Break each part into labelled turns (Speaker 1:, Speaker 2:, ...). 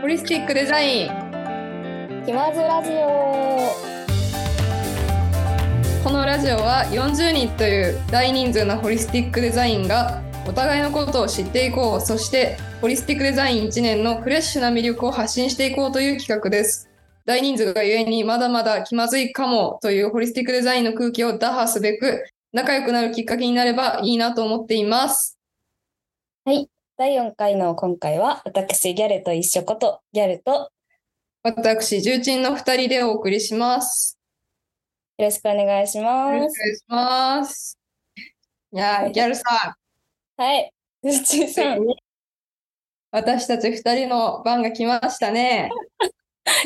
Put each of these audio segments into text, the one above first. Speaker 1: ホリスティックデザイン
Speaker 2: 気まずラジオ
Speaker 1: このラジオは40人という大人数のホリスティックデザインがお互いのことを知っていこうそしてホリスティックデザイン1年のフレッシュな魅力を発信していこうという企画です大人数がゆえにまだまだ気まずいかもというホリスティックデザインの空気を打破すべく仲良くなるきっかけになればいいなと思っています
Speaker 2: 第4回の今回は私ギャルと一緒ことギャルとよ
Speaker 1: 私重鎮の2人でお送りします
Speaker 2: ろしくお願いし
Speaker 1: お願
Speaker 2: ま
Speaker 1: い
Speaker 2: す。
Speaker 1: します。いやー、ギャルさ
Speaker 2: はい、うちさん
Speaker 1: ん、私たち2人の番が来ましたね。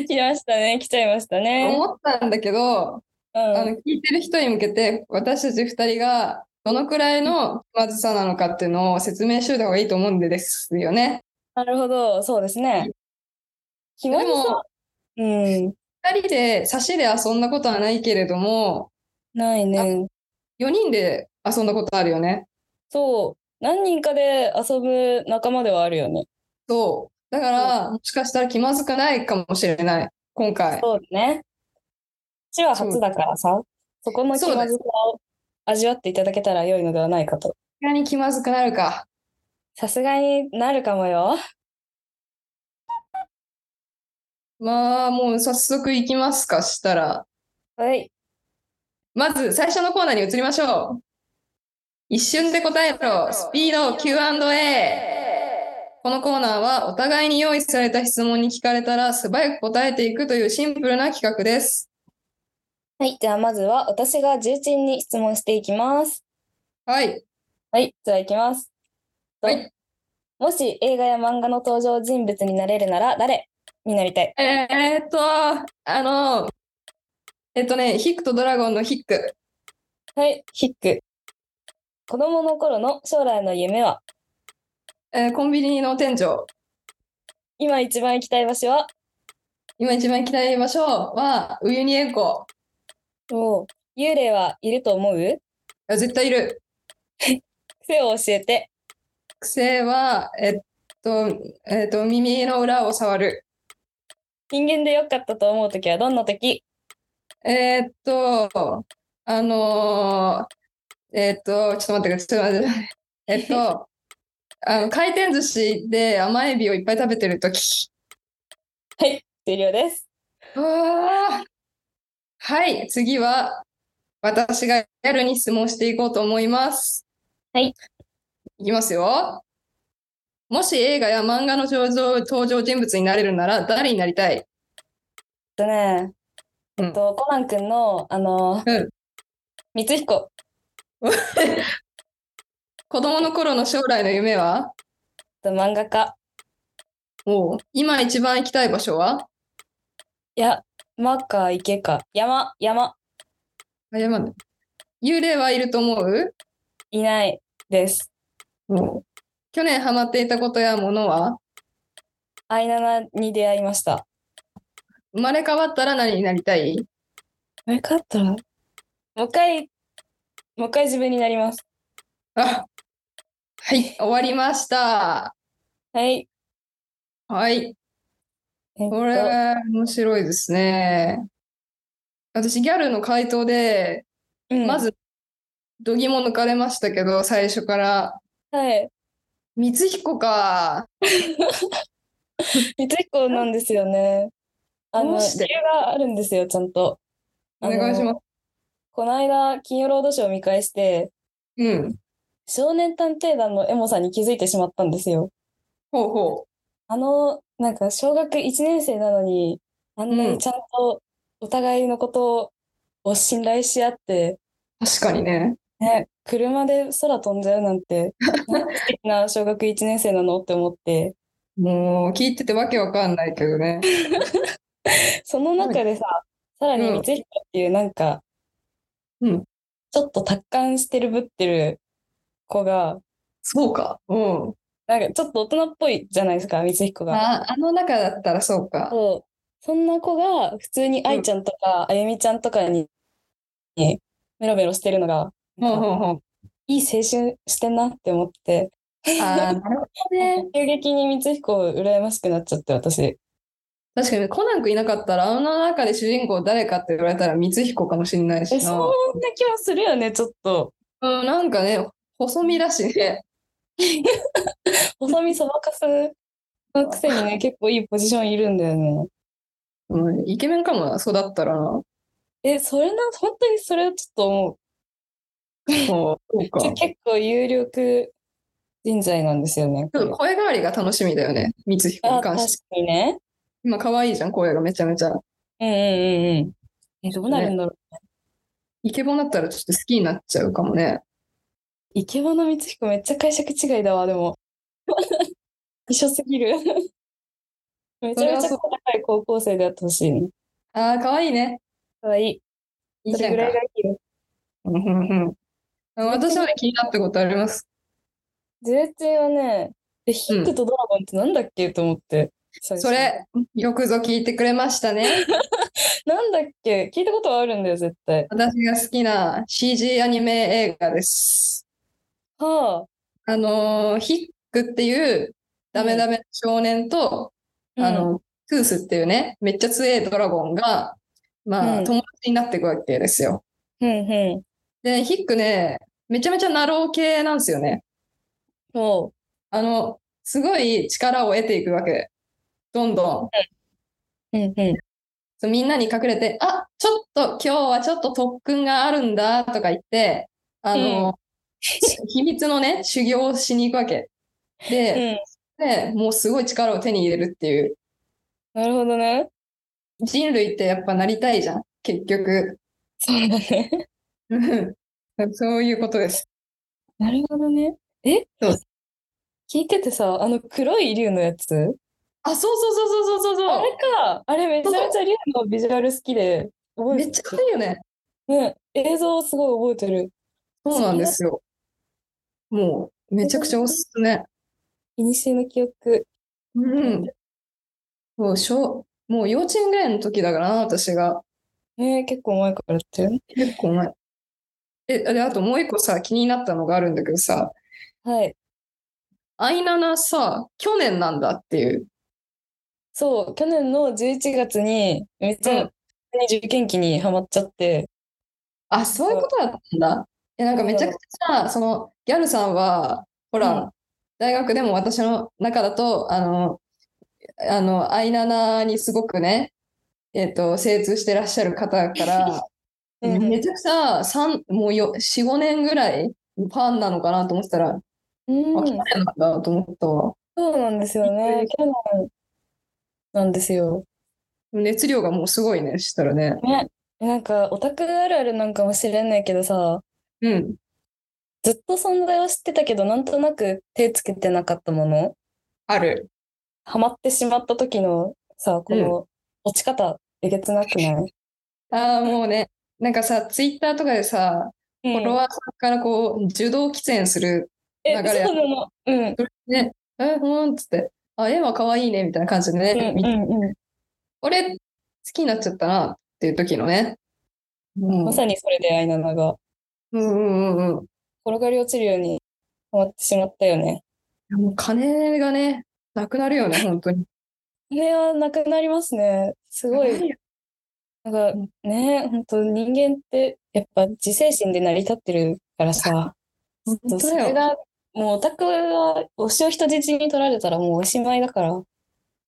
Speaker 2: 来ましたね、来ちゃいましたね。
Speaker 1: 思ったんだけど、
Speaker 2: う
Speaker 1: あの
Speaker 2: ん、
Speaker 1: 聞いてる人に向けて、私たち2人がどのくらいの気まずさなのかっていうのを説明しといた方がいいと思うんですよね。
Speaker 2: なるほど、そうですね。気
Speaker 1: で
Speaker 2: まず
Speaker 1: も
Speaker 2: さ、、うん、
Speaker 1: 2人で差しで遊んだことはないけれども、
Speaker 2: ないね。
Speaker 1: 4人で遊んだことあるよね。
Speaker 2: そう、何人かで遊ぶ仲間ではあるよね。
Speaker 1: そう。だから、もしかしたら気まずくないかもしれない、今回。
Speaker 2: そうだね。うちは初だからさ、そこの気まずさを味わっていただけたら良いのではないかと。
Speaker 1: さすがに気まずくなるか。
Speaker 2: さすがになるかもよ。
Speaker 1: まあ、もう早速行きますか、したら。
Speaker 2: はい、
Speaker 1: まず最初のコーナーに移りましょう。一瞬で答えろ、スピード Q&A。このコーナーはお互いに用意された質問に聞かれたら素早く答えていくというシンプルな企画です。
Speaker 2: はい、じゃあまずは私が重鎮に質問していきます。
Speaker 1: はい。
Speaker 2: はい、じゃあいきます。
Speaker 1: はい。
Speaker 2: もし映画や漫画の登場人物になれるなら誰になりたい。
Speaker 1: えーっと、あの、えっとね、ヒックとドラゴンのヒック。
Speaker 2: はい、ヒック。子供の頃の将来の夢は
Speaker 1: えーコンビニの店長。
Speaker 2: 今一番行きたい場所は
Speaker 1: 今一番行きたい場所は、ウユニ塩湖。
Speaker 2: おう幽霊はいると思う
Speaker 1: いや絶対いる。
Speaker 2: 癖を教えて。
Speaker 1: 癖は、えっと、えっと、耳の裏を触る。
Speaker 2: 人間で良かったと思うときはどんなとき
Speaker 1: えっと、あのーえっと、ちょっと待ってください、ちょっと待ってください。えっと、 あの回転寿司で甘エビをいっぱい食べてるとき。
Speaker 2: 終了です。
Speaker 1: うわーはい、次は、私がギャルに質問していこうと思います。
Speaker 2: はい。
Speaker 1: いきますよ。もし映画や漫画の登場登場人物になれるなら誰になりたい
Speaker 2: えっとね、
Speaker 1: うん
Speaker 2: えっと、コナン君の、あのー
Speaker 1: うん
Speaker 2: 光彦。
Speaker 1: 子供の頃の将来の夢は
Speaker 2: えっと漫画家。
Speaker 1: もう今一番行きたい場所はい
Speaker 2: や、山か池か。山、山、
Speaker 1: あやまない幽霊はいると思う
Speaker 2: いないです。
Speaker 1: もう去年ハマっていたことやものは
Speaker 2: アイナナに出会いました。
Speaker 1: 生まれ変わったら何になりたい
Speaker 2: 分かったもう一回、もう一回自分になります。
Speaker 1: あはい終わりました
Speaker 2: はい。
Speaker 1: はい
Speaker 2: えっと
Speaker 1: これは面白いですね私ギャルの回答で
Speaker 2: うん
Speaker 1: まず度肝抜かれましたけど最初から
Speaker 2: はい。
Speaker 1: 光彦か
Speaker 2: 光彦なんですよね。あ
Speaker 1: ど
Speaker 2: の、
Speaker 1: う
Speaker 2: 理
Speaker 1: して
Speaker 2: 由があるんですよ、ちゃんと。
Speaker 1: お願いし
Speaker 2: あ
Speaker 1: ま
Speaker 2: の
Speaker 1: す
Speaker 2: この間、金曜ロードショーを見返して、
Speaker 1: うん
Speaker 2: 少年探偵団のエモさに気づいてしまったんですよ。
Speaker 1: ほうほ
Speaker 2: あの、なんか小学1年生なのに、あんな
Speaker 1: うん
Speaker 2: にちゃんとお互いのことを信頼し合って、
Speaker 1: う確かにね
Speaker 2: ね、車で空飛んじゃうなん て、なんて素敵な小学1年生なのって思って、
Speaker 1: もう聞いててわけわかんないけどね。
Speaker 2: その中でさ、さらに
Speaker 1: うん
Speaker 2: 光彦っていうなんか、
Speaker 1: うん
Speaker 2: ちょっと達観してるぶってる子が、
Speaker 1: そうか。うん。
Speaker 2: なんかちょっと大人っぽいじゃないですか、光彦が。
Speaker 1: ああの中だったらそうか。
Speaker 2: そう。そんな子が普通に愛ちゃんとか、あゆみちゃんとかに、にメロメロしてるのが、
Speaker 1: ほう
Speaker 2: なんか
Speaker 1: ほうほう。
Speaker 2: いい青春してんなって思って、
Speaker 1: ああ、なるほどね。
Speaker 2: 急激に光彦羨ましくなっちゃって、私。
Speaker 1: 確かにコナン君いなかったら、あの中で主人公誰かって言われたら光彦かもしれないし
Speaker 2: え、
Speaker 1: な。
Speaker 2: そんな気もするよね、ちょっと。
Speaker 1: うん、なんかね、細身だしね。
Speaker 2: 細身そばかすのくせに ね、結構いいポジションいるんだよね。
Speaker 1: うん、イケメンかもな、そうだった らな。
Speaker 2: え、それな、本当にそれはちょっと思う。
Speaker 1: そうか。
Speaker 2: ちょ
Speaker 1: ち
Speaker 2: 結構有力人材なんですよね。
Speaker 1: ょ
Speaker 2: これ
Speaker 1: っと声変わりが楽しみだよね、光彦
Speaker 2: あ
Speaker 1: に
Speaker 2: 確
Speaker 1: 関
Speaker 2: か
Speaker 1: して。
Speaker 2: にね。
Speaker 1: 今、可愛いじゃん、声がめちゃめちゃ。
Speaker 2: うんうんうんうん。え、どうなるんだろう。
Speaker 1: イケボだったらちょっと好きになっちゃうかもね。
Speaker 2: イケボの光彦めっちゃ解釈違いだわ、でも。 一緒すぎ る。めちゃめちゃ高い高校生であってほしいね。
Speaker 1: ああ、可愛いね。
Speaker 2: かわい
Speaker 1: い
Speaker 2: い。
Speaker 1: い
Speaker 2: そ
Speaker 1: じ
Speaker 2: れ
Speaker 1: ゃん
Speaker 2: ぐ
Speaker 1: から
Speaker 2: い。がいいよ。
Speaker 1: うんうんうんあ私まで気になったことあります。
Speaker 2: ゼラチンはね、え、ヒックとドラゴンってなんだっけと思って。最初
Speaker 1: そ。れ、よくぞ聞いてくれましたね。
Speaker 2: なんだっけ聞いたことはあるんだよ、絶対。
Speaker 1: 私が好きな CG アニメ映画です。
Speaker 2: はあ。
Speaker 1: あのーヒックっていうダメダメ少年と、
Speaker 2: うん
Speaker 1: あの、トゥースっていうね、めっちゃ強いドラゴンが、まあ、
Speaker 2: うん
Speaker 1: 友達になっていくわけですよ。
Speaker 2: うんうん。
Speaker 1: で、ヒックね、めちゃめちゃナロー系なんですよね。
Speaker 2: も
Speaker 1: あの、すごい力を得ていくわけ。どんどん。
Speaker 2: う。うんうん。
Speaker 1: そうみんなに隠れて、あ、ちょっと今日はちょっと特訓があるんだとか言って、あの、 秘密のね、修行をしに行くわけ。で、
Speaker 2: うん。
Speaker 1: でもうすごい力を手に入れるっていう。
Speaker 2: なるほどね。
Speaker 1: 人類ってやっぱなりたいじゃん、結局。
Speaker 2: そうだね。
Speaker 1: うんそういうことです。
Speaker 2: なるほどね。え
Speaker 1: そう
Speaker 2: 聞いててさ、あの黒い竜のやつ
Speaker 1: あ、そうそうそうそうそう
Speaker 2: あ
Speaker 1: そう
Speaker 2: れか。あれめちゃめちゃ竜のビジュアル好きで、
Speaker 1: そう。
Speaker 2: 覚
Speaker 1: め
Speaker 2: え
Speaker 1: ってちゃ
Speaker 2: た
Speaker 1: いいよね。
Speaker 2: ね、映像をすごい覚えてる。
Speaker 1: そうなんですよ。もう、めちゃくちゃおすすめ。
Speaker 2: 古の記憶。
Speaker 1: うん。もう、小もう幼稚園ぐらいの時だからな、私が。
Speaker 2: ね、結構前からやってる。
Speaker 1: 結構前。え、で、あともう一個さ、気になったのがあるんだけどさ、
Speaker 2: はい。
Speaker 1: アイナナさ、去年なんだっていう。
Speaker 2: そう、去年の11月に、めっち
Speaker 1: う
Speaker 2: ゃ
Speaker 1: ん、
Speaker 2: 受験期にハマっちゃって、
Speaker 1: あ、そういうことだったんだ。え、なんかめちゃくちゃさ、その、ギャルさんは、ほら、
Speaker 2: うん
Speaker 1: 大学でも私の中だと、あの、あの、アイナナにすごくね、えっ、と、精通してらっしゃる方だから、
Speaker 2: うん
Speaker 1: めちゃくちゃ、三もうよ4、5年ぐらい、ファンなのかなと思ってたら、あ、
Speaker 2: う
Speaker 1: 去
Speaker 2: ん
Speaker 1: 年なんだと思ったわ。
Speaker 2: そうなんですよね。去年なんですよ。
Speaker 1: 熱量がもうすごいね、したらね。
Speaker 2: なんか、オタクあるあるなんかもしれないけどさ、
Speaker 1: うん。
Speaker 2: ずっと存在は知ってたけど、なんとなく手つけてなかったもの、
Speaker 1: ある。
Speaker 2: ハマってしまった時のさ、この落ち方、えげつなくない
Speaker 1: ああ、もうね、なんかさ、ツイッターとかでさ、
Speaker 2: う
Speaker 1: フォロ
Speaker 2: ん
Speaker 1: ワーさんからこう、受動喫煙する。
Speaker 2: え、
Speaker 1: 流れ
Speaker 2: そうなの。うん。
Speaker 1: ね、え、ほんっつって、あ、絵は可愛いね、みたいな感じでね、
Speaker 2: うんうんうん。
Speaker 1: 俺、好きになっちゃったな、っていう時のね。うん。
Speaker 2: まさにそれでアイナナが
Speaker 1: うんうんうんうんい
Speaker 2: 転がり落ちるようにハマってしまったよね。
Speaker 1: や。もう金がね、なくなるよね、本当に。
Speaker 2: これはなくなりますね。すごい。。なん
Speaker 1: うん
Speaker 2: かね、本当人間ってやっぱ自制心で成り立ってるからさ、
Speaker 1: 本当だよ
Speaker 2: それがもうオタクは推しを人質に取られたらもうおしまいだから。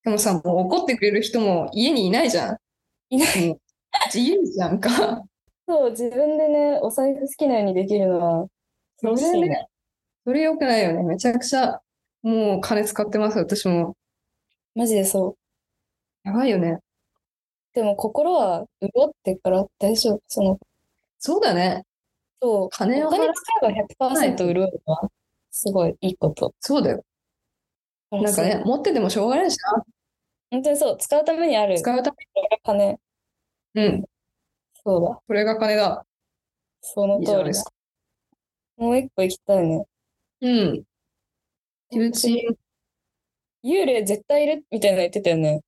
Speaker 1: でもさ、もう怒ってくれる人も家にいないじゃん。。
Speaker 2: いない
Speaker 1: 自由じゃんか。
Speaker 2: そう、自分でね、お財布好きなようにできるのは楽しいね。
Speaker 1: それ良くないよね。めちゃくちゃ、もう金使ってます、私も。
Speaker 2: マジでそう。
Speaker 1: やばいよね。
Speaker 2: でも心は潤ってから大丈夫。その、
Speaker 1: そうだね。
Speaker 2: そう、
Speaker 1: 金を
Speaker 2: お
Speaker 1: 払
Speaker 2: 金
Speaker 1: う。
Speaker 2: 使えば100%潤うのはすごいいいこと。
Speaker 1: そうだよ。なんかね、持っててもしょうがないし
Speaker 2: 本当にそう、使うためにある
Speaker 1: な。使うた
Speaker 2: 金。
Speaker 1: め。うん。
Speaker 2: そうだ、
Speaker 1: これが金だ。
Speaker 2: その
Speaker 1: いいじゃない
Speaker 2: 通り
Speaker 1: で
Speaker 2: だ
Speaker 1: す。か。
Speaker 2: もう一個行きたいね。
Speaker 1: うん。友人。
Speaker 2: 幽霊絶対いるみたいなの言ってたよね。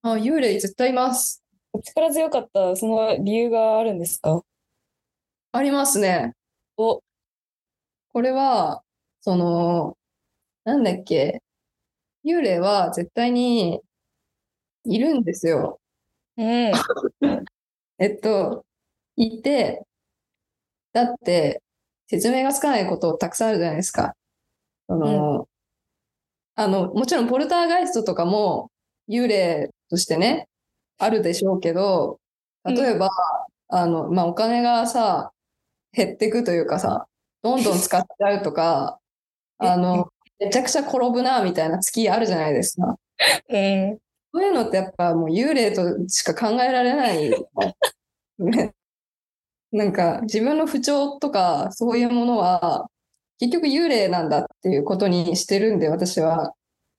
Speaker 1: あ、幽霊絶対います。
Speaker 2: お力強かった、その理由があるんですか
Speaker 1: ありますね。
Speaker 2: お、
Speaker 1: これは、その、なんだっけ。幽霊は絶対に、いるんですよ。
Speaker 2: うん。
Speaker 1: えっと、いて、だって、説明がつかないことたくさんあるじゃないですか。その、あの、もちろんポルターガイストとかも幽霊としてね、あるでしょうけど、例えば、あの、まあ、お金がさ、減ってくというかさ、どんどん使っちゃうとか、あの、めちゃくちゃ転ぶな、みたいな月あるじゃないですか。
Speaker 2: うん。
Speaker 1: そういうのってやっぱもう幽霊としか考えられない。ねなんか自分の不調とかそういうものは結局幽霊なんだっていうことにしてるんで私は。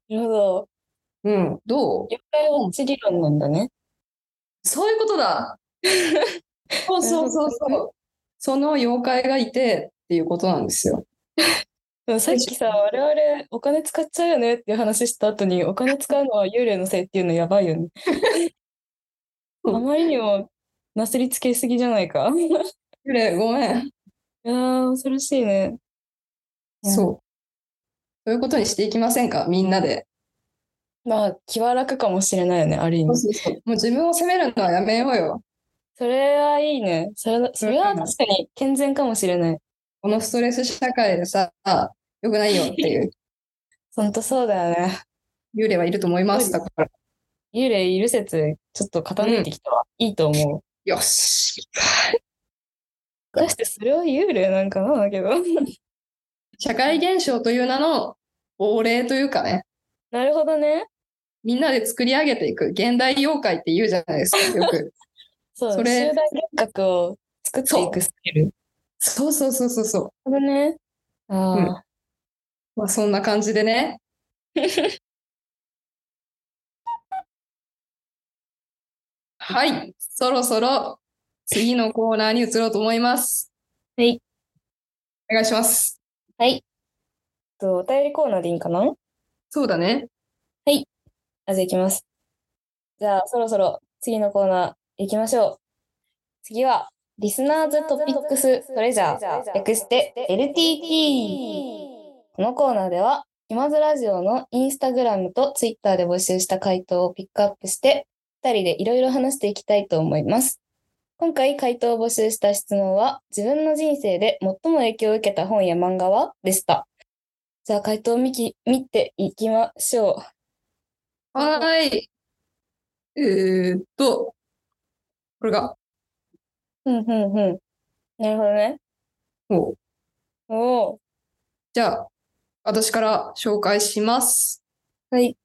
Speaker 2: なるほど。
Speaker 1: うん、どう
Speaker 2: 妖怪ウォッチ理論なんだね。
Speaker 1: そういうことだそうそうそうそう。その妖怪がいてっていうことなんですよ。
Speaker 2: でもさっきさ、我々お金使っちゃうよねっていう話した後に、お金使うのは幽霊のせいっていうのやばい よね。
Speaker 1: うん
Speaker 2: あまりにもなすりつけすぎじゃないか。い
Speaker 1: 幽霊ごめん。
Speaker 2: やー、恐ろしいね。
Speaker 1: そう。そういうことにしていきませんかみんなで。
Speaker 2: まあ、気は楽かもしれないよね、ある意味。
Speaker 1: もう自分を責めるのはやめようよ。
Speaker 2: それはいいね。それそれは確かに健全かもしれない。
Speaker 1: このストレス社会でさ、良くないよっていう
Speaker 2: ほんとそうだよね。
Speaker 1: 幽霊はいると思います。だから、
Speaker 2: 幽霊いる説、ちょっと傾いてきたわ。いいと思う。
Speaker 1: よし
Speaker 2: 果たしてそれは幽霊なんかなだけど。
Speaker 1: 社会現象という名の亡霊というかね、
Speaker 2: なるほどね。
Speaker 1: みんなで作り上げていく現代妖怪って言うじゃないですか、よく。
Speaker 2: そう、
Speaker 1: そ
Speaker 2: 集
Speaker 1: れ
Speaker 2: 団幻覚を作っていくスキル。
Speaker 1: そうそうそうそうそう。
Speaker 2: なるほどね。あ
Speaker 1: うん
Speaker 2: あ、
Speaker 1: まあ、そんな感じでね。はい、そろそろ次のコーナーに移ろうと思います。
Speaker 2: はい。
Speaker 1: お願いします。
Speaker 2: とお便りコーナーでいいんかな
Speaker 1: そうだね。
Speaker 2: あ、じゃあ行きます。じゃあ、そろそろ次のコーナー行きましょう。次は、リスナーズトピックストレジャー、略して
Speaker 3: て
Speaker 2: LTT。このコーナーでは、今津ラジオのインスタグラムとツイッターで募集した回答をピックアップして、二人でいろいろ話していきたいと思います。今回回答を募集した質問は、自分の人生で最も影響を受けた本や漫画はでした。じゃあ回答を見き見ていきましょう。
Speaker 1: はーい。えー、っと、これが、
Speaker 2: うんうんうん。なるほどね。
Speaker 1: お
Speaker 2: おお。
Speaker 1: じゃあ、私から紹介します。
Speaker 2: はい。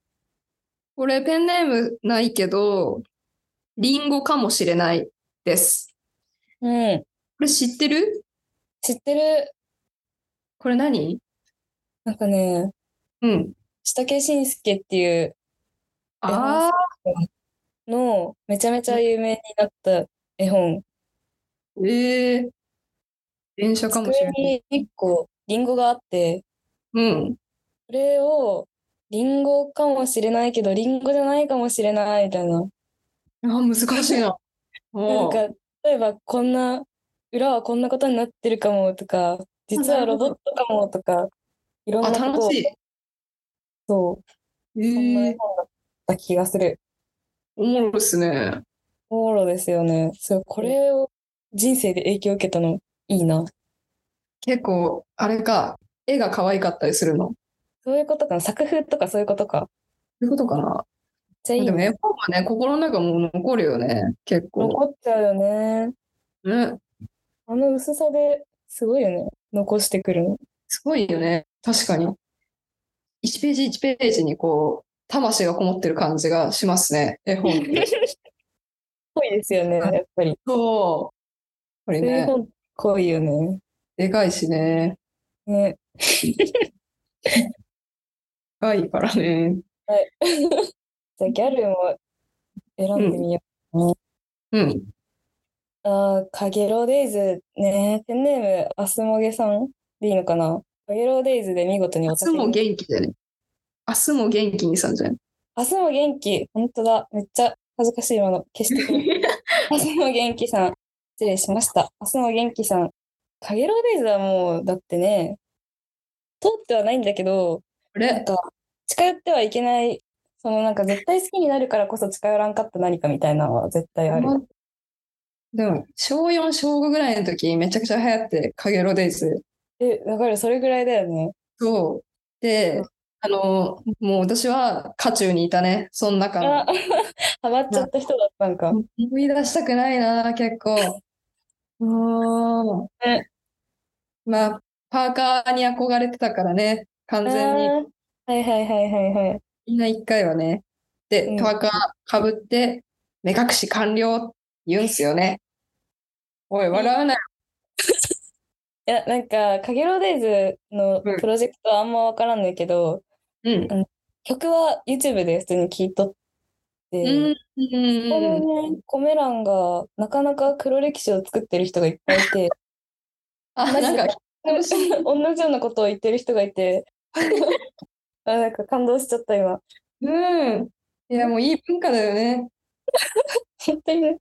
Speaker 1: これ、ペンネームないけど、リンゴかもしれないです。
Speaker 2: うん。
Speaker 1: これ知ってる
Speaker 2: 知ってる。
Speaker 1: これ何
Speaker 2: なんかね、
Speaker 1: うん。
Speaker 2: 下家伸介っていう
Speaker 1: あ
Speaker 2: の、めちゃめちゃ有名になった絵本。
Speaker 1: ー、えー、電車かもしれ
Speaker 2: 机
Speaker 1: ない。
Speaker 2: に一個、リンゴがあって、
Speaker 1: うん。
Speaker 2: これを、リンゴかもしれないけど、リンゴじゃないかもしれない、みたいな。な
Speaker 1: あ
Speaker 2: ん
Speaker 1: ー、難しいな。おー
Speaker 2: か、例えばこんな、裏はこんなことになってるかもとか、実はロボットかもとか、いろん
Speaker 1: あ、
Speaker 2: なこと
Speaker 1: 楽
Speaker 2: を、
Speaker 1: しい。
Speaker 2: そう、
Speaker 1: え
Speaker 2: そんな絵
Speaker 1: ー、
Speaker 2: 本だった気がする。
Speaker 1: おもろいっすね。
Speaker 2: おもろですよね。そう、これを人生で影響を受けたのいいな。
Speaker 1: 結構、あれか、絵が可愛かったりするの。
Speaker 2: そういうことかな。作風とかそういうことか。
Speaker 1: そういうことかな。
Speaker 2: じゃあいい
Speaker 1: でも
Speaker 2: ね。
Speaker 1: 絵本はね、心の中もう残るよね、結構。
Speaker 2: 残っちゃうよね。
Speaker 1: ね、
Speaker 2: あの薄さですごいよね。残してくるの。
Speaker 1: すごいよね、確かに。1ページ1ページにこう、魂がこもってる感じがしますね、絵本っ て。
Speaker 2: 濃いですよね、やっぱり。
Speaker 1: そう。これ
Speaker 2: そういう
Speaker 1: ね、
Speaker 2: 本濃いよね。
Speaker 1: でかいしね、
Speaker 2: ね。
Speaker 1: でかいから ね。
Speaker 2: じゃあギャルも選んでみよ
Speaker 1: うん。
Speaker 2: う。ああ、かげろうデイズね。ペンネーム、あすもげさんでいいのかな。かげろうデイズで見事に
Speaker 1: 明
Speaker 2: お
Speaker 1: 日も元気でね。明日も元気にさんじ ゃん。
Speaker 2: 明日も元気。本当だ。めっちゃ恥ずかしい今の。消してく れ。明日も元気さん。失礼しました。明日も元気さん。かげろうデイズはもう、だってね、通ってはないんだけど、
Speaker 1: こ
Speaker 2: なん
Speaker 1: れ、
Speaker 2: か、近寄ってはいけない、そのなんか絶対好きになるからこそ近寄らんかった何かみたいなのは絶対ある。
Speaker 1: でも、小4、小5ぐらいの時、めちゃくちゃ流行って、かげろうデイズ。
Speaker 2: え、わかる、それぐらいだよね。
Speaker 1: そう。で、あの、もう私は、渦中にいたね。その中の
Speaker 2: あ、 ハマっちゃった人だったんか。
Speaker 1: 思い出したくないな、結 構。うーん
Speaker 2: ね
Speaker 1: まあ、パーカーに憧れてたからね、完全に。
Speaker 2: あーはいはいはいはいはい。
Speaker 1: みんな一回はね。
Speaker 2: う
Speaker 1: で
Speaker 2: ん、
Speaker 1: パーカーかぶって、目隠し完了って言うんすよね。おい、笑うなよ。
Speaker 2: いや、なんか、かげろうデイズの
Speaker 1: うん
Speaker 2: プロジェクトはあんまわからんねんけど、
Speaker 1: うん。
Speaker 2: 曲は YouTube で普通に聴いとっ
Speaker 1: う
Speaker 2: て、
Speaker 1: ん。うん
Speaker 2: このね、コメ欄がなかなか黒歴史を作ってる人がいっぱいいて、
Speaker 1: あ、
Speaker 2: マジ
Speaker 1: なんか、
Speaker 2: 同じようなことを言ってる人がいて、 あなんか感動しちゃった今。
Speaker 1: うん。いや、もういい文化だよね。
Speaker 2: 本当にね。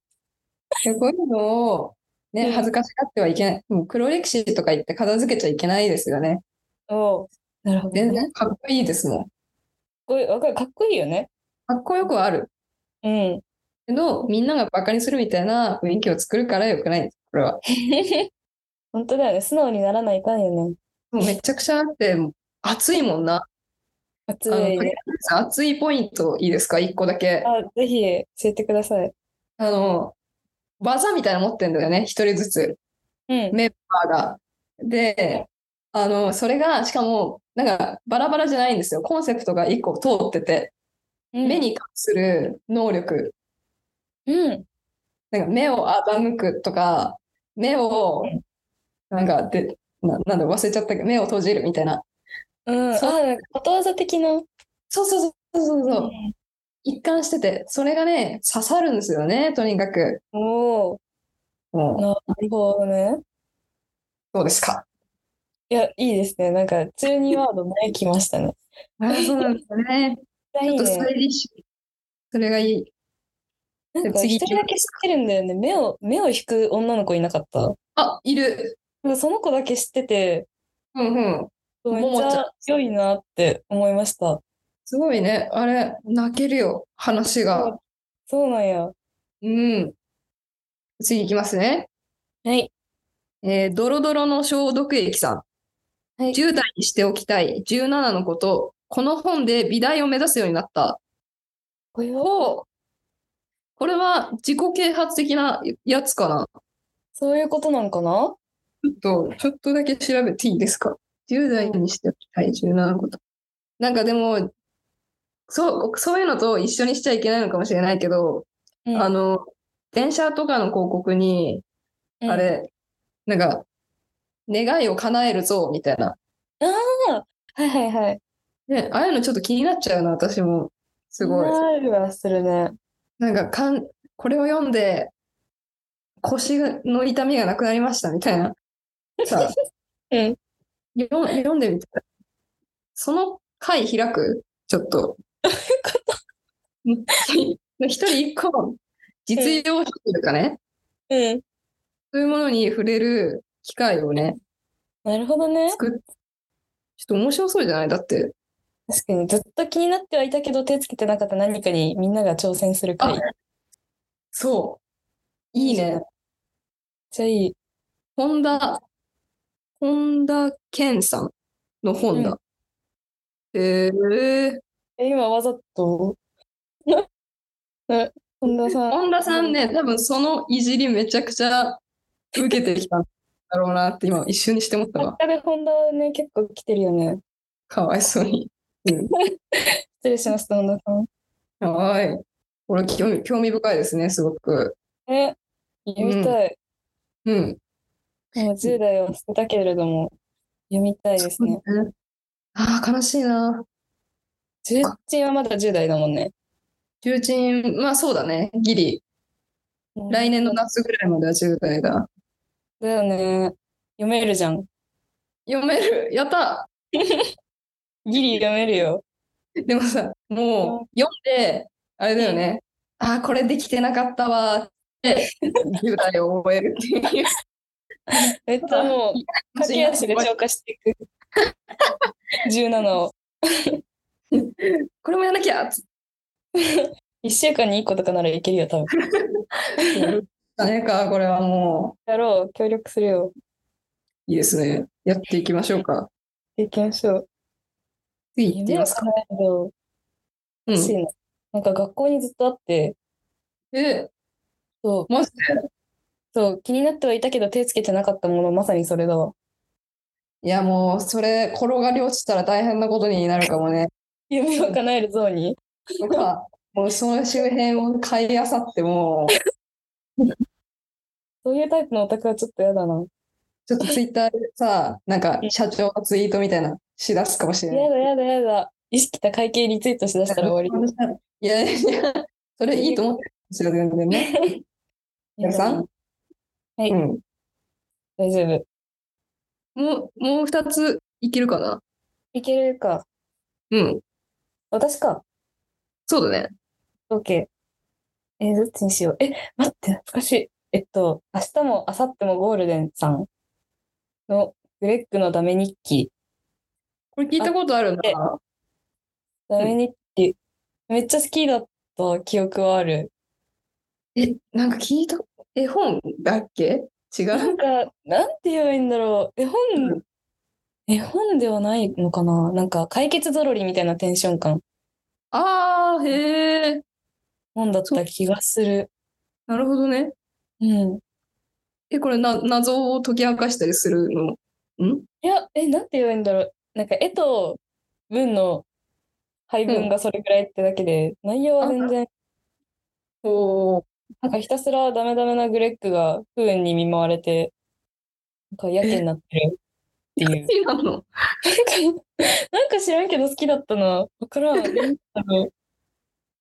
Speaker 1: いやこういうのを、
Speaker 2: うん
Speaker 1: ね、恥ずかしがってはいけない。もう黒歴史とか言って片付けちゃいけないですよね。
Speaker 2: おうなるほど
Speaker 1: 全
Speaker 2: ね。か
Speaker 1: 然か
Speaker 2: っ
Speaker 1: っこいいですもん。
Speaker 2: こいい、わかる、かっこいいよね。
Speaker 1: かっこよくはある
Speaker 2: うん。
Speaker 1: けど、みんながバカにするみたいな雰囲気を作るからよくないです、これは。
Speaker 2: 本当だよね。素直にならないかんよね。
Speaker 1: もうめちゃくちゃあって、もう熱いもんな。
Speaker 2: 熱
Speaker 1: あの
Speaker 2: いね。
Speaker 1: 熱いポイントいいですか、一個だけ。
Speaker 2: あ、ぜひ教えてください。
Speaker 1: あの、技みたいなの持ってんだよね、一人ずつ、
Speaker 2: うん。
Speaker 1: メンバーが。で、あの、それが、しかも、なんか、バラバラじゃないんですよ。コンセプトが一個通ってて、目。に関する能力
Speaker 2: うん。
Speaker 1: なんか目を欺くとか、目を
Speaker 2: うん、
Speaker 1: なんかで、ななんだろう忘れちゃったけど、目を閉じるみたいな。
Speaker 2: うん。あ、
Speaker 1: そう
Speaker 2: なんかことわざ的な。
Speaker 1: そうそうそうそうそう。う一貫してて、それがね、刺さるんですよね、とにかく。
Speaker 2: おお。
Speaker 1: もう、
Speaker 2: なるほどね。
Speaker 1: どうですか。
Speaker 2: いや、いいですね。なんか、中二ワード前来ましたね。
Speaker 1: あそうなんですよね。
Speaker 2: い
Speaker 1: ちょ
Speaker 2: い
Speaker 1: っとス
Speaker 2: ね
Speaker 1: タ。イリッシュ。それがいい。
Speaker 2: なんか、
Speaker 1: 次
Speaker 2: 一人だけ知ってるんだよね。目を、目を引く女の子いなかった。
Speaker 1: あ、いる。
Speaker 2: うんその子だけ知ってて、
Speaker 1: うんうん。
Speaker 2: めっ
Speaker 1: ももちゃん
Speaker 2: ちゃ良いなって思いました。
Speaker 1: すごいね。あれ、泣けるよ、話が。
Speaker 2: そうなんや。
Speaker 1: うん。次いきますね。
Speaker 2: はい。
Speaker 1: えードロドロの消毒液さん。
Speaker 2: はい
Speaker 1: 10代にしておきたい17のこと、この本で美大を目指すようになった。
Speaker 2: およ
Speaker 1: おうこれは自己啓発的なやつかな。
Speaker 2: そういうことなんかな
Speaker 1: ちょっと、ちょっとだけ調べていいですか。10代にしておきたい17のこと。なんかでも、そう、そういうのと一緒にしちゃいけないのかもしれないけど、
Speaker 2: うん
Speaker 1: あの、電車とかの広告に、
Speaker 2: うん
Speaker 1: あれ、なんか、願いを叶えるぞ、みたいな。
Speaker 2: はいはいはい。
Speaker 1: ね、ああいうのちょっと気になっちゃうな、私も。すごい。
Speaker 2: なるはするね。
Speaker 1: なんかかん、これを読んで、腰の痛みがなくなりましたみたいな。さ、
Speaker 2: うん
Speaker 1: 読読んでみて。その回開くちょっと。 一人一個、実用書というかね、
Speaker 2: うん。
Speaker 1: そういうものに触れる機会をね、
Speaker 2: なるほどね。
Speaker 1: 作っちょっと面白そうじゃないだって。
Speaker 2: 確かに、ずっと気になってはいたけど、手つけてなかった何かにみんなが挑戦する回。め
Speaker 1: あ
Speaker 2: っ
Speaker 1: そう。いいね。
Speaker 2: ちゃいい。
Speaker 1: 本田、本田健さんの本だ。えー、
Speaker 2: え、今わざと な本田さん。
Speaker 1: 本田さんね、多分そのいじりめちゃくちゃ受けてきたんだろうなって今一瞬にして思った わ。
Speaker 2: で本田はね、結構来てるよね。
Speaker 1: かわいそうに。うん、
Speaker 2: 失礼しました、本田さん。
Speaker 1: はーい。これ興味興味深いですね、すごく。
Speaker 2: え、読みたい。
Speaker 1: うん。
Speaker 2: もう10代を捨てたけれども、読みたいですね。
Speaker 1: ああ、悲しいな。
Speaker 2: 重鎮はまだ10代だもんね。
Speaker 1: 重鎮、まあそうだね、ギリ。来年の夏ぐらいまでは10代だ。
Speaker 2: だよね。読めるじゃん。
Speaker 1: 読める やった
Speaker 2: ギリ読めるよ。
Speaker 1: でもさ、もう読んで、あれだよね、ああ、これできてなかったわーって、10代を終えるっていう。
Speaker 2: めっちゃもう、駆け足で消化して いく。17を。
Speaker 1: これもやんなきゃっつ
Speaker 2: 1週間に1個とかならいけるよ、多分。
Speaker 1: ダメか、これはも
Speaker 2: やろう、協力するよ。
Speaker 1: う、いいですね。やっていきましょうか。
Speaker 2: 行きましょう。
Speaker 1: 次行ってみ
Speaker 2: 夢
Speaker 1: ま
Speaker 2: を
Speaker 1: すか。
Speaker 2: 叶えると、
Speaker 1: う
Speaker 2: 欲しい
Speaker 1: ん、
Speaker 2: な。なんか学校にずっとあって、
Speaker 1: え、
Speaker 2: そう、
Speaker 1: マジで
Speaker 2: そう、気になってはいたけど手つけてなかったもの、まさにそれだわ。
Speaker 1: いや、もう、それ、転がり落ちたら大変なことになるかもね。
Speaker 2: 夢を叶えるゾーンに。
Speaker 1: とか、もう、その周辺を買いあさって、もう、
Speaker 2: そういうタイプのオタクはちょっと嫌だな。
Speaker 1: ちょっとツイッターでさ、なんか、社長のツイートみたいな、しだすかもしれない
Speaker 2: や。だやだやだ。意識た会計リツイートしだしたら終わり。
Speaker 1: いやいや、それいいと思ってるんですよ、全然 ね。皆さん
Speaker 2: はい
Speaker 1: うん。
Speaker 2: 大丈夫。
Speaker 1: もう、もう二ついけるかない
Speaker 2: けるか。
Speaker 1: うん。
Speaker 2: 私か。
Speaker 1: そうだね。
Speaker 2: OK。えー、どっちにしよう。え、待って、懐かしい。えっと、明日も明後日もゴールデンさんのグレッグのダメ日記。
Speaker 1: これ聞いたことあるんだな。
Speaker 2: ダメ日記、めっちゃ好きだった記憶はある。
Speaker 1: え、なんか聞いた、絵本だっけ違
Speaker 2: な
Speaker 1: う。
Speaker 2: んか、なんて言えばいいんだろう。絵本
Speaker 1: う、
Speaker 2: 絵本ではないのかななんか、解決ぞろりみたいなテンション感。
Speaker 1: あー、へー。
Speaker 2: 本だった気がする。
Speaker 1: なるほどね。
Speaker 2: うん。
Speaker 1: え、これな、謎を解き明かしたりするの。ん
Speaker 2: いや、え、なんて言えばいいんだろう。なんか、絵と文の配分がそれぐらいってだけで、内容は全然、
Speaker 1: おー。
Speaker 2: なんかひたすらダメダメなグレッグが不運に見舞われて、なんかやけになってるっていう。
Speaker 1: 好きなの。
Speaker 2: なんか、なんか知らんけど好きだったな。わからん。なんだろう
Speaker 1: す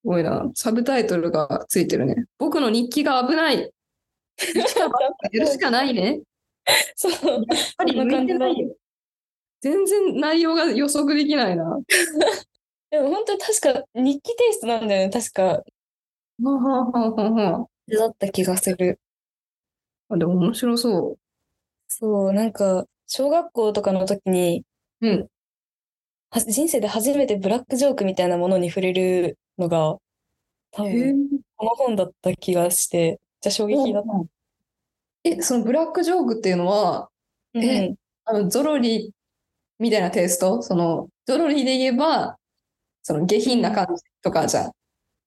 Speaker 1: ごいな。サブタイトルがついてるね。僕の日記が危 ない。やるしかないね。
Speaker 2: そう。
Speaker 1: やっぱり向いてないよ。全然内容が予測できないな。
Speaker 2: でも本当に確か日記テイストなんだよね。確か。
Speaker 1: はあはあはあは
Speaker 2: だった気がする。
Speaker 1: あ。あ、でも面白そ
Speaker 2: そう、なんか、小学校とかの時に、
Speaker 1: う。うん。
Speaker 2: は人生で初めてブラックジョークみたいなものに触れるのが、多
Speaker 1: へ
Speaker 2: 分
Speaker 1: え。
Speaker 2: この本だった気がして、じゃ衝撃だった。
Speaker 1: え、そのブラックジョークっていうのは、
Speaker 2: うん
Speaker 1: えあの、ゾロリみたいなテイストその、ゾロリで言えば、その下品な感じとかじゃん。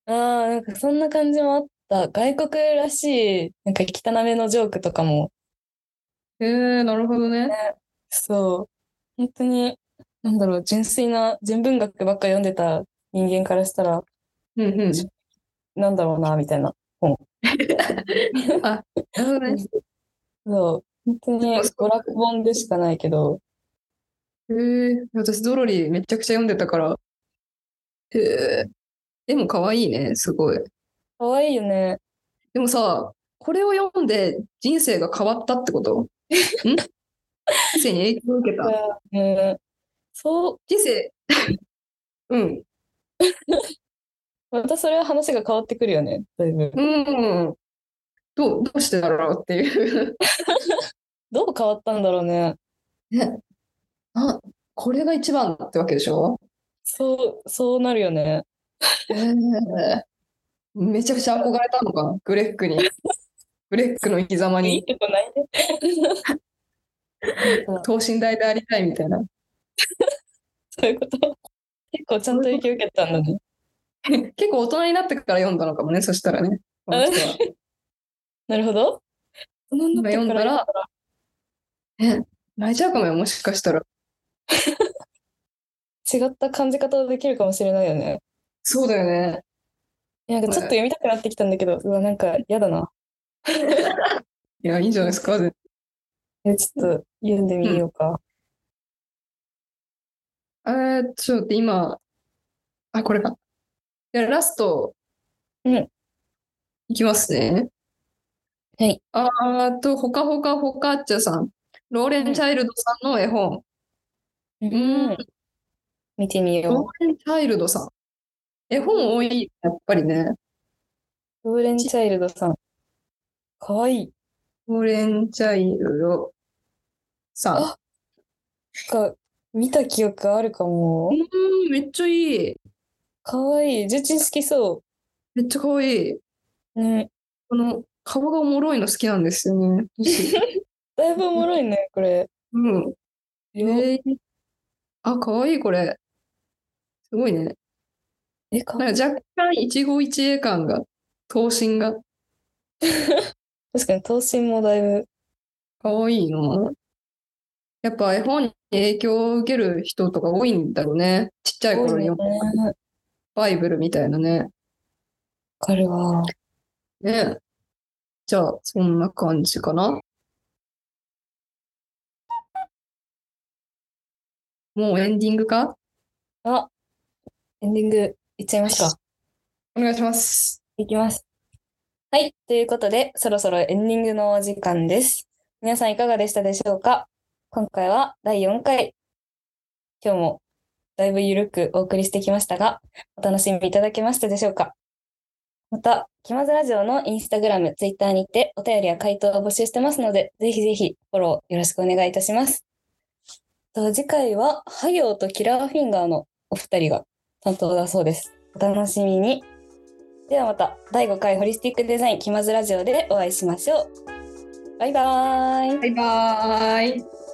Speaker 2: ああ、なんかそんな感じもあった。外国らしい、なんか汚めのジョークとかも、
Speaker 1: へえ、なるほどね。
Speaker 2: そう、本当に、なんだろう、純粋な純文学ばっか読んでた人間からしたら、
Speaker 1: うんうん。
Speaker 2: なんだろうな、みたいな。
Speaker 1: あ、なるほどね。
Speaker 2: そう、本当に娯楽本でしかないけど、
Speaker 1: へえ、私、ゾロリめちゃくちゃ読んでたから。へえ、でも可愛いね、すごい。
Speaker 2: 可愛いよね。
Speaker 1: でもさ、これを読んで人生が変わったってこと ん人生に影響を受けた。
Speaker 2: うん、そう、
Speaker 1: 人生、うん、
Speaker 2: またそれは話が変わってくるよね、だいぶ。
Speaker 1: うん。どう、どうしてだろうっていう。
Speaker 2: どう変わったんだろうね。
Speaker 1: ね。あ、これが一番ってわけでしょ
Speaker 2: そう、そうなるよね。
Speaker 1: ええめちゃくちゃ憧れたのかなグレックに。グレックの生き様
Speaker 2: いい
Speaker 1: に
Speaker 2: とこない で。なんか
Speaker 1: 等身大でありたいみたいな。
Speaker 2: そういうこと。結構ちゃんと影響受けたんだね。
Speaker 1: 結構大人になってから読んだのかもね、そしたらね。この人は
Speaker 2: なるほど。今
Speaker 1: 今読んだら、 え、泣いちゃうかもよ、もしかしたら。
Speaker 2: 違った感じ方ができるかもしれないよね。
Speaker 1: そうだよね。
Speaker 2: いやなんかちょっと読みたくなってきたんだけど、うわ、なんか嫌だな。
Speaker 1: いや、いいんじゃないですか。全然
Speaker 2: えちょっと読んでみようか。
Speaker 1: えー、ちょっと待って今、あ、これか。じゃあラスト、
Speaker 2: うん。
Speaker 1: いきますね。
Speaker 2: はい。
Speaker 1: あーと、ほかほかほかっちゃさん。ローレン・チャイルドさんの絵本。
Speaker 2: うん
Speaker 1: ん
Speaker 2: 見てみ
Speaker 1: ロ
Speaker 2: よ
Speaker 1: ーレン・チャイルドさん。絵本多い、やっぱりね。
Speaker 2: う。ローレン・チャイルドさん。かわいい。
Speaker 1: ローレン・チャイルドさん。
Speaker 2: あなんか見た記憶あるかも。
Speaker 1: うん、めっちゃいい。
Speaker 2: かわいい。重鎮好きそ
Speaker 1: めっちゃ可愛い。
Speaker 2: う。ね。
Speaker 1: この顔がおもろいの好きなんですよね。
Speaker 2: だいぶおもろいね、これ。
Speaker 1: うん。えー、あ、可愛いこれ。すごいね。
Speaker 2: え、かわ
Speaker 1: ないん
Speaker 2: い。
Speaker 1: か若干一期一会感が、頭身が
Speaker 2: 確かに、頭身もだいぶ。
Speaker 1: 可愛いな。やっぱ絵本に影響を受ける人とか多いんだろうね。ちっちゃい頃に読んだ
Speaker 2: 多いねわ
Speaker 1: バイブルみたいなね。
Speaker 2: かるわ。
Speaker 1: ね。じゃあ、そんな感じかな。もうエンディングか
Speaker 2: あ、エンディングいっちゃいますか。
Speaker 1: お願いします。
Speaker 2: いきます。はい。ということで、そろそろエンディングのお時間です。皆さんいかがでしたでしょうか今回は第4回。今日もだいぶゆるくお送りしてきましたが、お楽しみいただけましたでしょうかまた、気まずラジオのインスタグラム、ツイッターにてお便りや回答を募集してますので、ぜひぜひフォローよろしくお願いいたします。と次回は、ハ行とキラーフィンガーのお二人が担当だそうです。お楽しみに。ではまた第5回ホリスティックデザイン気まずラジオでお会いしましょう。バイバーイ。
Speaker 1: バイバーイ。